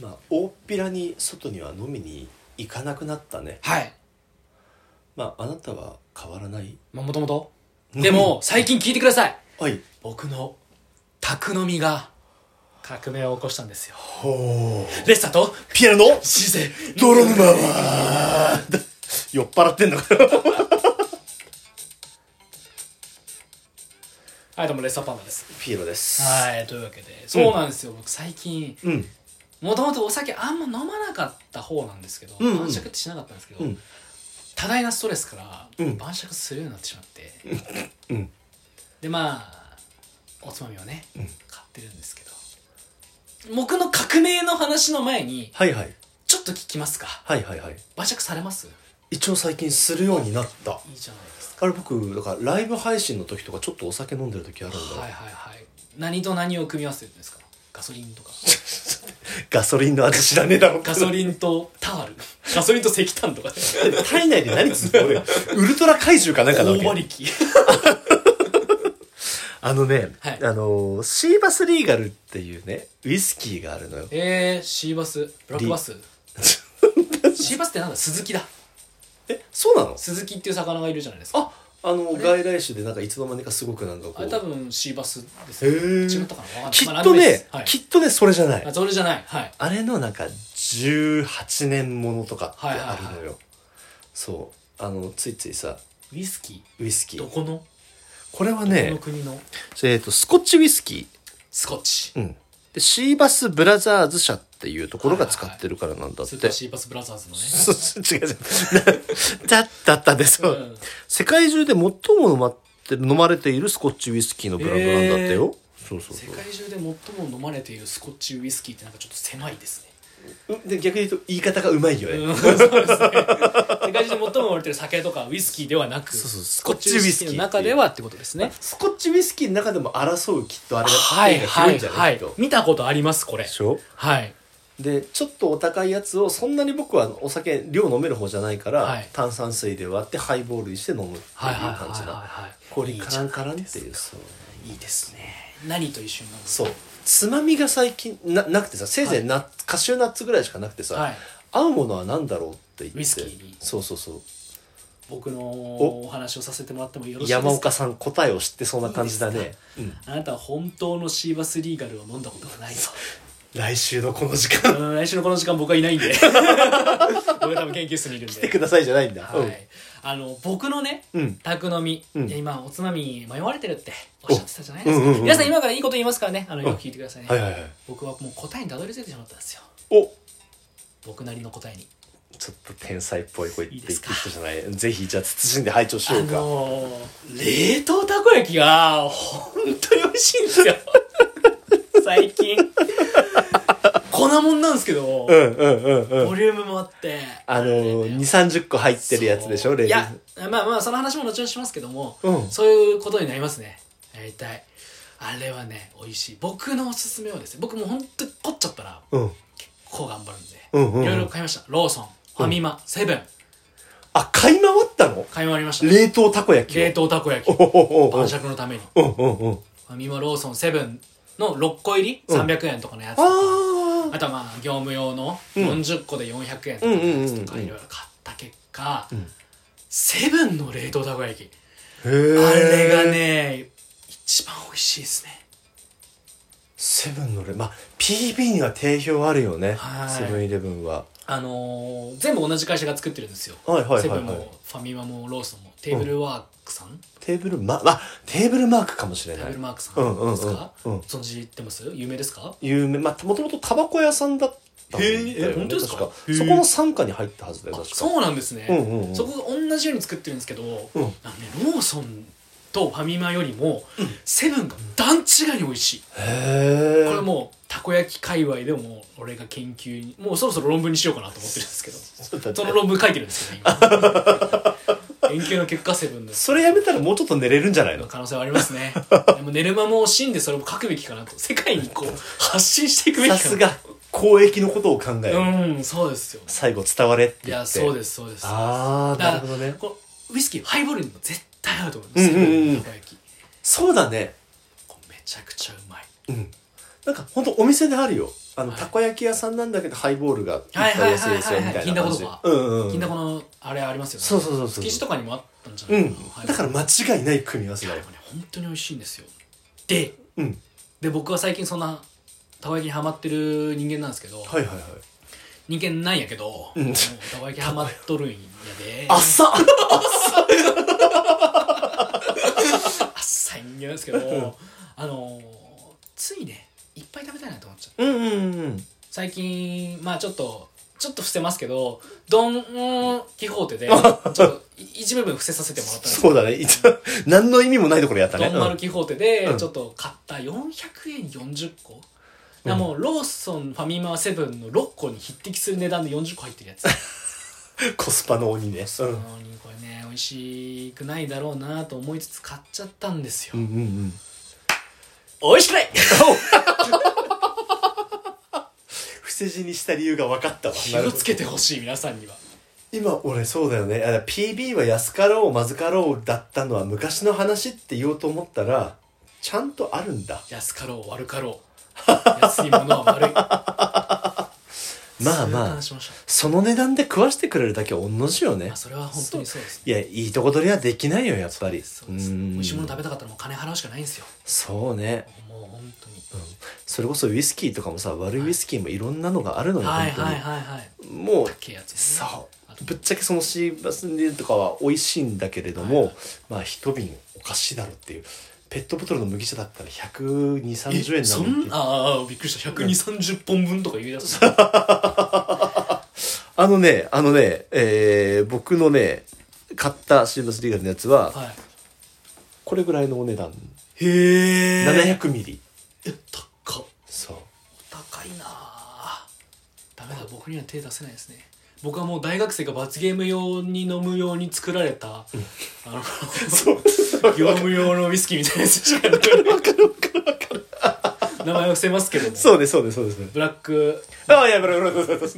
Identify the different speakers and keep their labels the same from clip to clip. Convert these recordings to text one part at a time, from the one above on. Speaker 1: まあ大っぴらに外には飲みに行かなくなったね
Speaker 2: はい
Speaker 1: まああなたは変わらない
Speaker 2: まあもともとでも最近聞いてください
Speaker 1: はい
Speaker 2: 僕の宅飲みが革命を起こしたんですよ
Speaker 1: ほう
Speaker 2: レッサと
Speaker 1: ピアノの
Speaker 2: シゼ
Speaker 1: ドロンマは酔っ払ってんのかな
Speaker 2: はいどうもレッサパンダです
Speaker 1: ピエロです
Speaker 2: はいというわけでそうなんですよ、僕最近
Speaker 1: うん
Speaker 2: もともとお酒あんま飲まなかった方なんですけど、
Speaker 1: うんうん
Speaker 2: 晩酌ってしなかったんですけど、
Speaker 1: うん
Speaker 2: 多大なストレスから
Speaker 1: うん
Speaker 2: 晩酌するようになってしまって、
Speaker 1: うん
Speaker 2: でまあおつまみをね、買ってるんですけど僕の革命の話の前に
Speaker 1: はいはい
Speaker 2: ちょっと聞きますか
Speaker 1: はいはいはい
Speaker 2: 晩酌されます
Speaker 1: 一応最近するようになった
Speaker 2: いいじゃないですか
Speaker 1: あれ僕だからライブ配信の時とかちょっとお酒飲んでる時あるんだ、
Speaker 2: はいはいはい何と何を組み合わせるんですかガソリンと か
Speaker 1: ガソリンの味知らねえだろ
Speaker 2: ガソ
Speaker 1: ン
Speaker 2: リンとタールガソリンと石炭とか
Speaker 1: 体内で何つうの俺ウルトラ怪獣かなんかな
Speaker 2: 大
Speaker 1: わけ
Speaker 2: 馬力
Speaker 1: あのね、
Speaker 2: はい
Speaker 1: あのーシーバスリーガルっていうねウイスキーがあるのよ
Speaker 2: えー、シーバスブラックバスシーバスってなんだスズキだ
Speaker 1: えそうなの
Speaker 2: スズキっていう魚がいるじゃないですか
Speaker 1: ああの外来種でなんかいつの間にかすごくなんかこ
Speaker 2: あ
Speaker 1: う
Speaker 2: れ多分シーバスです
Speaker 1: へ
Speaker 2: ね
Speaker 1: ー
Speaker 2: 違ったかなわかんない
Speaker 1: き
Speaker 2: まあ
Speaker 1: っと
Speaker 2: なんでもいいで
Speaker 1: ね
Speaker 2: す、はい
Speaker 1: きっとねそれじゃない
Speaker 2: あそれじゃないはい
Speaker 1: あれのなんか18年ものとかってあるのよ、
Speaker 2: はいはい
Speaker 1: そうあのついついさ
Speaker 2: ウイスキ
Speaker 1: ウイスキ
Speaker 2: ーど
Speaker 1: ー
Speaker 2: この
Speaker 1: これは
Speaker 2: こ
Speaker 1: ね
Speaker 2: の、国の
Speaker 1: えっとスコッチウイスキ
Speaker 2: スコッチ
Speaker 1: ー、うん、でシーバスブラザーズ社っていうところが使ってるからなんだっ
Speaker 2: ス
Speaker 1: て、
Speaker 2: ーパーシーバスブラザーズのね
Speaker 1: そうそう違う違う。だだったんですよ、
Speaker 2: うん
Speaker 1: 世界中で最も飲まって飲まれているスコッチウイスキーのブランドなんだってよ。そうそう
Speaker 2: 世
Speaker 1: そ
Speaker 2: 界中で最も飲まれているスコッチウイスキーってなんかちょっと狭いですね
Speaker 1: う。で逆に言うと言い方がうまいよね。
Speaker 2: うん そうですね世界中で最も飲まれている酒とかウイスキーではなく
Speaker 1: そうそうスコッチウイスキーっていう
Speaker 2: の中ではってことですね
Speaker 1: スコッチウイスキーの中でも争うきっとあれが
Speaker 2: はいは
Speaker 1: 広い
Speaker 2: い
Speaker 1: んじゃ
Speaker 2: は
Speaker 1: ない
Speaker 2: い
Speaker 1: きっと。
Speaker 2: 見たことありますこれ
Speaker 1: でしょ
Speaker 2: はい
Speaker 1: でちょっとお高いやつをそんなに僕はお酒量飲める方じゃないから、
Speaker 2: はい
Speaker 1: 炭酸水で割ってハイボールにして飲むっていう
Speaker 2: はいはいはい
Speaker 1: 感じ
Speaker 2: はい
Speaker 1: な
Speaker 2: はい
Speaker 1: 氷
Speaker 2: いい
Speaker 1: カ
Speaker 2: じゃ
Speaker 1: ラ
Speaker 2: ん
Speaker 1: ンカランっていうそう
Speaker 2: いいですね何と一緒に飲む
Speaker 1: そうつまみが最近ななくてさせいぜいナッツ、カシューナッツぐらいしかなくてさ、
Speaker 2: はい
Speaker 1: 合うものは何だろうって言って
Speaker 2: ウイスキーに
Speaker 1: そうそうそう
Speaker 2: 僕のお話をさせてもらってもよろしいですか
Speaker 1: 山岡さん答えを知ってそうな感じだね
Speaker 2: いいです
Speaker 1: うん、
Speaker 2: あなたは本当のシーバスリーガルを飲んだことがないぞ
Speaker 1: 来週のこの時
Speaker 2: う
Speaker 1: 間
Speaker 2: ーん来週のこの時間僕はいないん で僕は多分研究室にいるんで
Speaker 1: 来てくださいじゃないんだ
Speaker 2: はい、あの僕のね、
Speaker 1: うん
Speaker 2: 宅飲み、
Speaker 1: うん
Speaker 2: 今おつまみ迷われてるっておっしゃってたじゃないですか、
Speaker 1: おうんうんうん
Speaker 2: 皆さん今からいいこと言いますからねあのよく聞いてくださいね、
Speaker 1: はいはいはい
Speaker 2: 僕はもう答えにたどり着いてしまったんですよ
Speaker 1: お
Speaker 2: 僕なりの答えに
Speaker 1: ちょっと天才っぽい声言
Speaker 2: いい
Speaker 1: って
Speaker 2: で
Speaker 1: い
Speaker 2: す
Speaker 1: く
Speaker 2: か
Speaker 1: 人じゃないぜひじゃあ慎んで拝聴し
Speaker 2: あ
Speaker 1: ようか、
Speaker 2: のー冷凍たこ焼きが本当に美味しいんです よ最近粉もんなんですけど、
Speaker 1: うんうんうんうん
Speaker 2: ボリュームもあって
Speaker 1: あのー、2 3 0個入ってるやつでしょ
Speaker 2: そう
Speaker 1: レ
Speaker 2: い
Speaker 1: ジ
Speaker 2: やまあまあその話も後々しますけども、
Speaker 1: うん
Speaker 2: そういうことになりますね大体あれはね美味しい僕のおすすめはですね僕もうほんと凝っちゃったら
Speaker 1: うん
Speaker 2: こう頑張るんで、
Speaker 1: うんうんうん
Speaker 2: いろいろ買いましたローソンファミマ、セブン
Speaker 1: あ買い回ったの
Speaker 2: 買い回りました
Speaker 1: 冷凍たこ焼きを
Speaker 2: 冷凍たこ焼
Speaker 1: お
Speaker 2: き
Speaker 1: ほほほほ
Speaker 2: 晩酌のために
Speaker 1: うんうんうん
Speaker 2: ファミマローソンセブンの6個入り
Speaker 1: うん
Speaker 2: 300円とかのやつとか、
Speaker 1: あ
Speaker 2: あとはまあ業務用の
Speaker 1: うん
Speaker 2: 40個で400円とかのやつとか
Speaker 1: うんうんうんうん
Speaker 2: いろいろ買った結果、
Speaker 1: ん
Speaker 2: セブンの冷凍たこ焼き
Speaker 1: あれ
Speaker 2: あれがね一番美味しいですね
Speaker 1: セブンのレまあ PB には定評あるよね
Speaker 2: はい
Speaker 1: セブンイレブンは
Speaker 2: あのー全部同じ会社が作ってるんですよ、
Speaker 1: はいはいはいはい
Speaker 2: セブンもファミマもローソンもテーブルワークさん、
Speaker 1: テーブルマあテーブルマークかもしれ
Speaker 2: テ
Speaker 1: な
Speaker 2: ーブ
Speaker 1: い
Speaker 2: ルマークさん
Speaker 1: うんうんうん
Speaker 2: ですか、
Speaker 1: うん
Speaker 2: 存じてます有名ですか
Speaker 1: 有名まあもともとタバコ屋さんだったんだよね
Speaker 2: へーえ本当ですか
Speaker 1: 確
Speaker 2: へー
Speaker 1: そこの傘下に入ったはずだよ
Speaker 2: あ
Speaker 1: 確か
Speaker 2: そうなんですね、
Speaker 1: うんうんうん
Speaker 2: そこが同じように作ってるんですけど、
Speaker 1: うん
Speaker 2: あのね、ローソンとファミマよりも、セブンが段違いに美味しい、
Speaker 1: へえ
Speaker 2: これもうたこ焼き界隈でも俺が研究にもうそろそろ論文にしようかなと思ってるんですけ どその論文書いてるんですけど、今研究の結果セブンです
Speaker 1: それやめたらもうちょっと寝れるんじゃないの
Speaker 2: 可能性はありますね でも寝る間も惜しんでそれも書くべきかなと世界にこう発信していくべきか
Speaker 1: さ
Speaker 2: な
Speaker 1: すが公益のことを考える
Speaker 2: うんそうですよ
Speaker 1: 最後伝われって
Speaker 2: い
Speaker 1: 言
Speaker 2: や
Speaker 1: って
Speaker 2: そうですそうです
Speaker 1: ああ
Speaker 2: だ
Speaker 1: な
Speaker 2: から
Speaker 1: るほどね
Speaker 2: このウイスキーハイボールにも絶対合うと思います、
Speaker 1: うんうんうん
Speaker 2: たこ焼き
Speaker 1: そうだね
Speaker 2: こうめちゃくちゃうまい
Speaker 1: うんなんか本当お店であるよあの、たこ焼き屋さんなんだけど、ハイボールがいっぱ
Speaker 2: はい
Speaker 1: い
Speaker 2: はいはい
Speaker 1: 安いですよ、みたいな感じで
Speaker 2: はい。
Speaker 1: うんうんう
Speaker 2: 銀
Speaker 1: ん
Speaker 2: だこのあれありますよね
Speaker 1: そうそうそうそう
Speaker 2: 築地とかにもあったんじゃ
Speaker 1: う
Speaker 2: ない
Speaker 1: ん
Speaker 2: かな、はい、
Speaker 1: だから間違いない組み合わせだ
Speaker 2: い
Speaker 1: よ
Speaker 2: やで。もね本当に美味しいんですよで
Speaker 1: うん。
Speaker 2: で僕は最近そんなたこ焼きにハマってる人間なんですけど、
Speaker 1: はいはいはい。
Speaker 2: 人間なんやけど、もう
Speaker 1: うん
Speaker 2: たこ焼きハマっとるんやで
Speaker 1: あっさ
Speaker 2: 浅い人間なんですけどあのついねいっぱい食べたいなと思っちゃう
Speaker 1: うんうんうん。
Speaker 2: 最近まあちょっとちょっと伏せますけどドン・キホ ーテでちょっとい一部分伏せさせてもらったんですけ
Speaker 1: そうだね。 いつ何の意味もないところやった
Speaker 2: ど
Speaker 1: ね。
Speaker 2: ドン・マル・キホーテで
Speaker 1: うん
Speaker 2: ちょっと買った400円40個だからもうローソンファミマセブンの6個に匹敵する値段で40個入ってるやつ
Speaker 1: うんコスパの鬼ね。うん。
Speaker 2: なのにこれね美味しくないだろうなと思いつつ買っちゃったんですよ、
Speaker 1: うんうんうん。
Speaker 2: 美味しくない
Speaker 1: 伏せ字にした理由が分かったわ。
Speaker 2: 気をつけてほしい皆さんには
Speaker 1: 今俺そうだよねあだから PB は安かろうまずかろうだったのは昔の話って言おうと思ったらちゃんとあるんだ
Speaker 2: 安かろう悪かろう安いものは悪い
Speaker 1: まあ
Speaker 2: そう いう
Speaker 1: まあ
Speaker 2: 話しまし
Speaker 1: その値段で食わしてくれるだけは同じよ
Speaker 2: た、
Speaker 1: ね
Speaker 2: まあ、それは本当にそうです
Speaker 1: いやいいとこ取りはできないよやっぱり
Speaker 2: そうです
Speaker 1: う
Speaker 2: 美
Speaker 1: ん
Speaker 2: 味しいもの食べたかったらもう金払うしかないんですよ
Speaker 1: そうね
Speaker 2: もう本当に、
Speaker 1: それこそウイスキーとかもさ悪いウイスキーもいろんなのがあるのよ、
Speaker 2: はい
Speaker 1: 本
Speaker 2: はいはいはい
Speaker 1: 当にもう
Speaker 2: 高いやつですね
Speaker 1: そうぶっちゃけそのシーバスニーとかは美味しいんだけれども、まあ一瓶おかしいだろっていうペットボトルの麦茶だったら12030
Speaker 2: え
Speaker 1: 円な
Speaker 2: そ
Speaker 1: のに
Speaker 2: んああびっくりした12030本分とか言い出す
Speaker 1: あのねあのね、えー僕のね買ったシーバスリーガルのやつは、
Speaker 2: は
Speaker 1: これぐらいのお値段
Speaker 2: いへえ
Speaker 1: 700ミリ
Speaker 2: 高っ
Speaker 1: そう
Speaker 2: 高いなあダメだ僕には手出せないですね僕はもう大学生が罰ゲーム用に飲むように作られた、あの 業務用のウイスキーみたいなやつしかない名前を伏せますけども
Speaker 1: そうですそうですそうです
Speaker 2: ブラック
Speaker 1: ああやばいやばいやばいやばい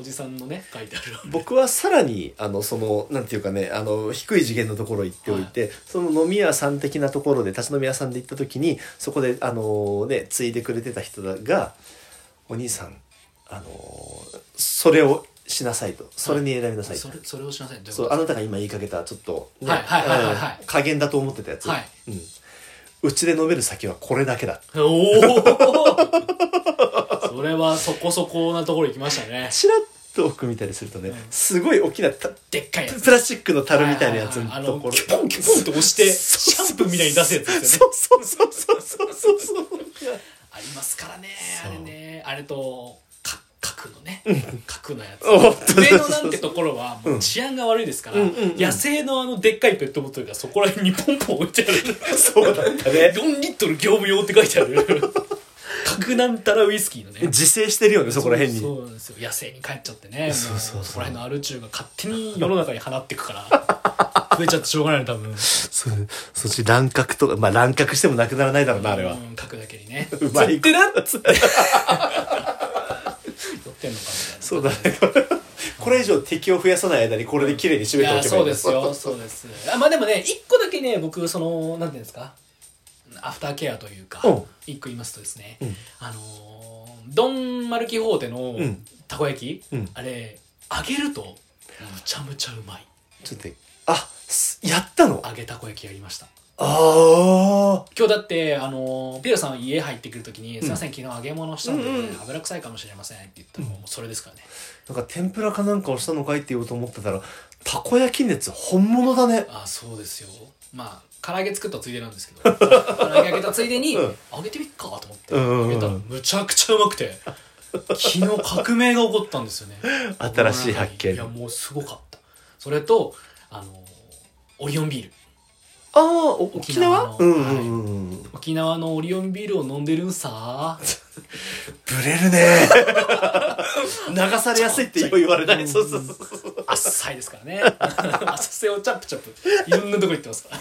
Speaker 2: おじさんのね書いてある
Speaker 1: 僕はさらにあのそのなんていうかねあの低い次元のところ行っておいて、その飲み屋さん的なところで立ち飲み屋さんで行った時にそこであのねついでくれてた人が「お兄さんあのそれをしなさい」と「それに選びなさい」
Speaker 2: それそれをしなさいというこ
Speaker 1: そ
Speaker 2: と
Speaker 1: うあなたが今言いかけたちょっと、ね
Speaker 2: はいはいはいはいはい
Speaker 1: うん加減だと思ってたやつ、
Speaker 2: はい
Speaker 1: うん、うちで飲める酒はこれだけだ
Speaker 2: でお おそれはそこそこなところ行きましたね
Speaker 1: ちらっと奥見たりするとね、
Speaker 2: うん
Speaker 1: すごい大きなた
Speaker 2: でっかいやつ
Speaker 1: プラスチックの樽みたいなやつの
Speaker 2: はいはいはいあ
Speaker 1: と
Speaker 2: の
Speaker 1: ころ
Speaker 2: キュポンキュポンって押してシャンプーみたいに出すやつですよね
Speaker 1: そうそうそうそうそうそうそう
Speaker 2: ありますからね
Speaker 1: そ
Speaker 2: あ
Speaker 1: う
Speaker 2: れねあれとか角のね角のやつ
Speaker 1: おっと
Speaker 2: 上野なんてところはもう治安が悪いですから、
Speaker 1: うんうんうんうん
Speaker 2: 野生のあのでっかいペットボトルがそこら辺にポンポン置いてある
Speaker 1: そうだったね
Speaker 2: 4リットル業務用って書いて ある角なんたらウイスキーのね
Speaker 1: 自生してるよねそこら辺に
Speaker 2: そうそうなんですよ野生に帰っちゃっ てね
Speaker 1: そうそうそう
Speaker 2: もこら辺のアルチューが勝手に世の中に放ってくか ら増えちゃってしょうがないの多分
Speaker 1: そうそっち乱獲とかまあ乱獲してもなくならないだろうなあれは
Speaker 2: うん角だけにね
Speaker 1: うまい
Speaker 2: 釣って な
Speaker 1: つ って
Speaker 2: 寄ってんのかみたいな
Speaker 1: そうだねこれ以上敵を増やさない間にこれで綺麗に締
Speaker 2: い
Speaker 1: めて
Speaker 2: や
Speaker 1: おけばい
Speaker 2: そ
Speaker 1: いう
Speaker 2: ですよそうですあまあでもね一個だけね僕そのなんていうんですかアフターケアというか
Speaker 1: うん
Speaker 2: 一個言いますとですね、
Speaker 1: うん
Speaker 2: あのードン・マルキホーテの
Speaker 1: うん
Speaker 2: たこ焼き、
Speaker 1: うん
Speaker 2: あれ揚げるとむちゃむちゃうまい
Speaker 1: ちょっとあすやったのあ
Speaker 2: 揚げたこ焼きやりました
Speaker 1: あ
Speaker 2: 今日だって、あのーピエロさん家入ってくるときに「すいません昨日揚げ物したんで、
Speaker 1: うんうん
Speaker 2: 油臭いかもしれません」って言ったらもうそれですからね、
Speaker 1: なんか天ぷらかなんかをしたのかいって言おうと思ってたらたこ焼き熱本物だね
Speaker 2: あそうですよまあ唐揚げ作ったついでなんですけ ど唐揚げ揚げたついでに、
Speaker 1: うん
Speaker 2: 揚げてみっかと思って
Speaker 1: うんうんうん
Speaker 2: 揚げたらむちゃくちゃうまくて昨日革命が起こったんですよね
Speaker 1: 新しい発見
Speaker 2: いやもうすごかったそれとあのオリオンビール
Speaker 1: ああ沖縄
Speaker 2: 沖縄の
Speaker 1: うんうんうん
Speaker 2: 沖縄のオリオンビールを飲んでるんさ
Speaker 1: ブレる ね流されやすいってよう言われないそうそうそうそう
Speaker 2: あっさいですか らね浅瀬をチャップチャップいろんなとこ行ってますから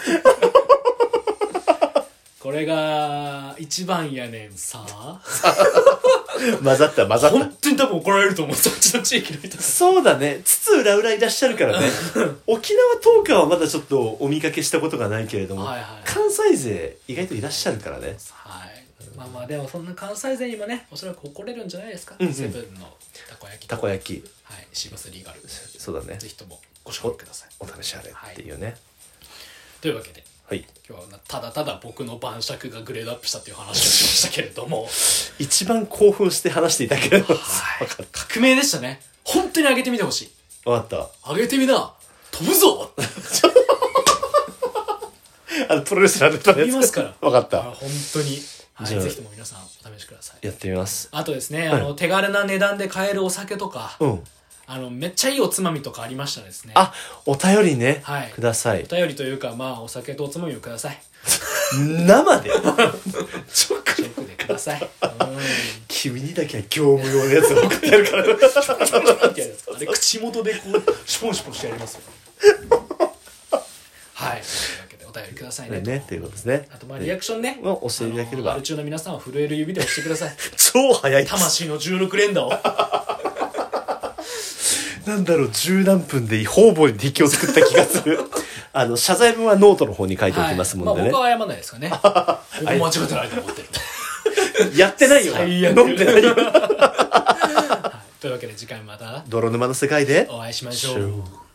Speaker 2: これが一番やねんさ
Speaker 1: 混ざった混ざ
Speaker 2: 本当に多分怒られると思うそっちの地域の人たち
Speaker 1: そうだね津々浦々いらっしゃるからね沖縄トーカーはまだちょっとお見かけしたことがないけれども、
Speaker 2: はいはい
Speaker 1: 関西勢意外といらっしゃるからね
Speaker 2: はいまあまあでもそんな関西勢にもねおそらく誇れるんじゃないですか、
Speaker 1: うんうん
Speaker 2: セブンのたこ焼き
Speaker 1: たこ焼き
Speaker 2: はいシーバスリーガル
Speaker 1: そうだね
Speaker 2: ぜひともご賞味ください
Speaker 1: お試しあれっていうね
Speaker 2: というわけで
Speaker 1: はい、
Speaker 2: 今日はただただ僕の晩酌がグレードアップしたという話をしましたけれ ども
Speaker 1: 一番興奮して話していただければ
Speaker 2: はい革命でしたね本当に上げてみてほしい
Speaker 1: 分かった
Speaker 2: 上げてみな飛ぶぞ
Speaker 1: あのプロレスラーの
Speaker 2: 飛びます から
Speaker 1: 分かっ
Speaker 2: あ
Speaker 1: た
Speaker 2: 本当に、は
Speaker 1: じゃ
Speaker 2: い、
Speaker 1: あ
Speaker 2: ぜひとも皆さんお試しください
Speaker 1: やってみます
Speaker 2: あとですね、あの手軽な値段で買えるお酒とか、
Speaker 1: うん
Speaker 2: あのめっちゃいいおつまみとかありましたらですね
Speaker 1: あお便りね、
Speaker 2: はい
Speaker 1: ください
Speaker 2: お便りというかまあお酒とおつまみをくださ い
Speaker 1: 生 で直
Speaker 2: ショックでくださいうん
Speaker 1: 君にだけは業務用のやつを送ってや るから
Speaker 2: あれ口元でこうシュポンシュポンしてやります よはいというわけでお便りくださいね
Speaker 1: ねということですね
Speaker 2: あとまあリアクションね
Speaker 1: まあ教えていただければ
Speaker 2: あのアル中の皆さんは震える指で押してくだ さい
Speaker 1: 超早いです
Speaker 2: 魂の16連打を
Speaker 1: なんだろう十何分で方々に敵を作った気がす るあの謝罪文はノートの方に書いておきますもんで
Speaker 2: はい
Speaker 1: ね、
Speaker 2: まあ、僕は謝らないです かね僕も間違ってないと思ってる
Speaker 1: やってないよな
Speaker 2: 最悪
Speaker 1: 飲んでないよ
Speaker 2: というわけで次回また
Speaker 1: 泥沼の世界で
Speaker 2: お会いしましょう